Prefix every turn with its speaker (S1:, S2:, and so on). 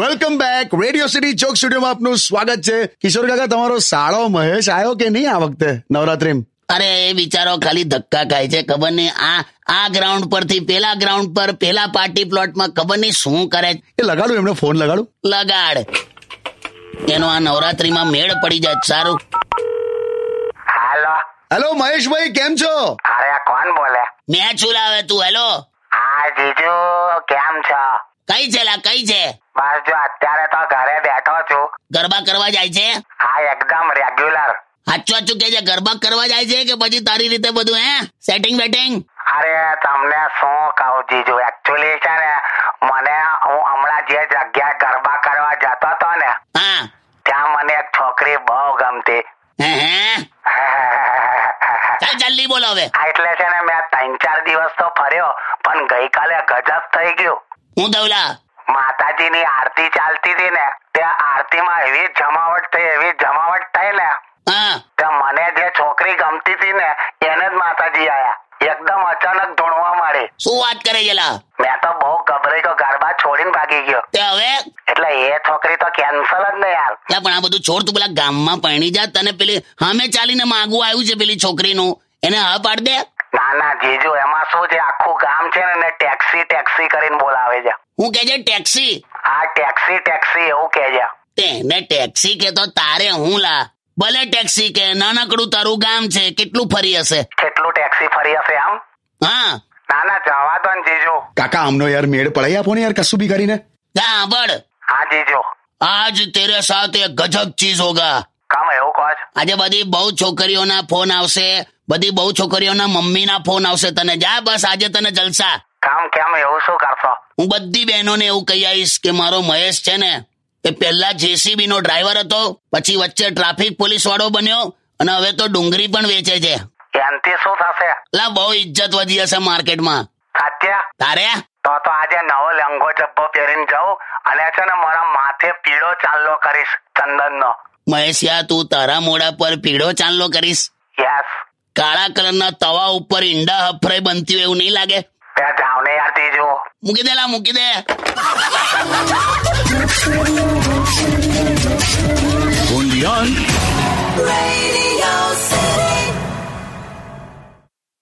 S1: Welcome back radio city ચોક સ્ટુડિયોમાં આપનું સ્વાગત છે કિશોર કાકા તમારો સાળો મહેશ આવ્યો કે નહીં આ વખતે નવરાત્રી
S2: અરે એ બિચારો ખાલી ધક્કા ખાય છે ખબર નહીં આ આ ગ્રાઉન્ડ પરથી પેલા ગ્રાઉન્ડ પર પેલા પાર્ટી પ્લોટમાં ખબર નહીં શું કરે છે.
S1: એ લગાડું એમને ફોન લગાડું
S2: લગાડ એનો આ નવરાત્રીમાં મેળ પડી જાય છે. સારું
S3: હાલો
S1: હેલો મહેશભાઈ કેમ છો
S3: અરે કોણ બોલે
S2: મેં ચુલાવે તું હેલો
S3: હા જીજુ કેમ છો
S2: કઈ છે લા કઈ છે
S3: બસ જો અત્યારે તો ઘરે બેઠો છું
S2: ગરબા કરવા જાય છે
S3: હા એકદમ રેગ્યુલર
S2: હાચું હાચું કે છે ગરબા કરવા જાય છે કે પછી તારી રીતે બધું હે સેટિંગ બેટિંગ
S3: અરે તમને શું કહું જીજુ એકચ્યુઅલી છે ને મને હું હમણાં જે જગ્યાએ ગરબા કરવા જતો હતો ને
S2: હા
S3: ત્યાં મને એક છોકરી બહુ ગમતી
S2: હે હે ચાલ જલ્દી બોલો હવે
S3: હા, એટલે છે ને મેં ત્રણ ચાર દિવસ તો ફર્યો પણ ગઈકાલે ગજબ થઈ ગયું
S2: હું દવલા
S3: માતાજીની આરતી ચાલતી હતી ને તે આરતીમાં એવી જમાવટ થઈ એવી જમાવટ થઈ ને
S2: હા
S3: તે મને જે છોકરી ગમતી હતી ને એને જ માતાજી આયા એકદમ અચાનક ધૂણવા માંડી
S2: શું વાત કરે છે લા
S3: મેં તો બહુ ગભરાઈ ગયો ગરબા છોડીને ભાગી ગયો
S2: તે હવે
S3: એટલે એ છોકરી તો કેન્સલ જ ને યાર
S2: ત્યાં પણ આ બધું છોડ તું પેલા ગામમાં પરણી જા તને પેલી હામે ચાલીને માગવું આવ્યું છે પેલી છોકરીનું એને હા પાડ દે
S3: ના ના જીજુ એમાં શું છે આખું ગામ છે ને એને ટેક્સી ટેક્સી કરીને બોલાવે છે
S2: હું કે છે ટેક્સી
S3: હા ટેક્સી ટેક્સી એવું કે છે
S2: તેને ટેક્સી કે તો તારે હું લા ભલે ટેક્સી કે નાનકડું તારું ગામ છે કેટલું ફરી હશે
S3: કેટલું ટેક્સી ફરી હશે આમ
S2: હા
S3: ના ના જવા દો ને જીજુ
S1: કાકા આમનો યાર મેળ પડાઈ આપો ને યાર કશું બી કરીને
S2: ત્યાં આગળ
S3: હા જીજુ
S2: આજ તેરે સાથ એક ગજબ ચીજ હોગા
S3: કામ એવું કહો છો
S2: આજે બધી બહુ છોકરીઓના ફોન આવશે બધી બહુ છોકરીઓના મમ્મીના ફોન આવશે તને જા બસ આજે તને જલસા
S3: કામ કેમ એવું શું કરશો
S2: હું બધી બહેનોને એવું કહી આવીશ કે મારો મહેશ છે ને એ પહેલા જેસીબી નો ડ્રાઈવર હતો પછી વચ્ચે ટ્રાફિક પોલીસ વાળો બન્યો અને હવે તો ડુંગળી પણ વેચે છે
S3: એનથી શું થશે
S2: લા બહુ ઇજ્જત વધી હશે માર્કેટમાં
S3: સાચે
S2: તારે
S3: તો તો આજે નવો લંગો જબ્બો પહેરીને જાઉં અને છે ને મારા માથે પીળો ચાંદલો કરીશ ચંદનનો
S2: મહેશિયા તું તારા મોડા પર પીળો ચાંદલો કરીશ
S3: યસ
S2: કાળા કલરના તવા ઉપર ઈંડા હફરાઈ બનતી હોય એવું નહીં લાગે
S3: ત્યાં જાવ ને યાર ત્રીજું
S2: મૂકી દે લા મૂકી દે
S4: Radio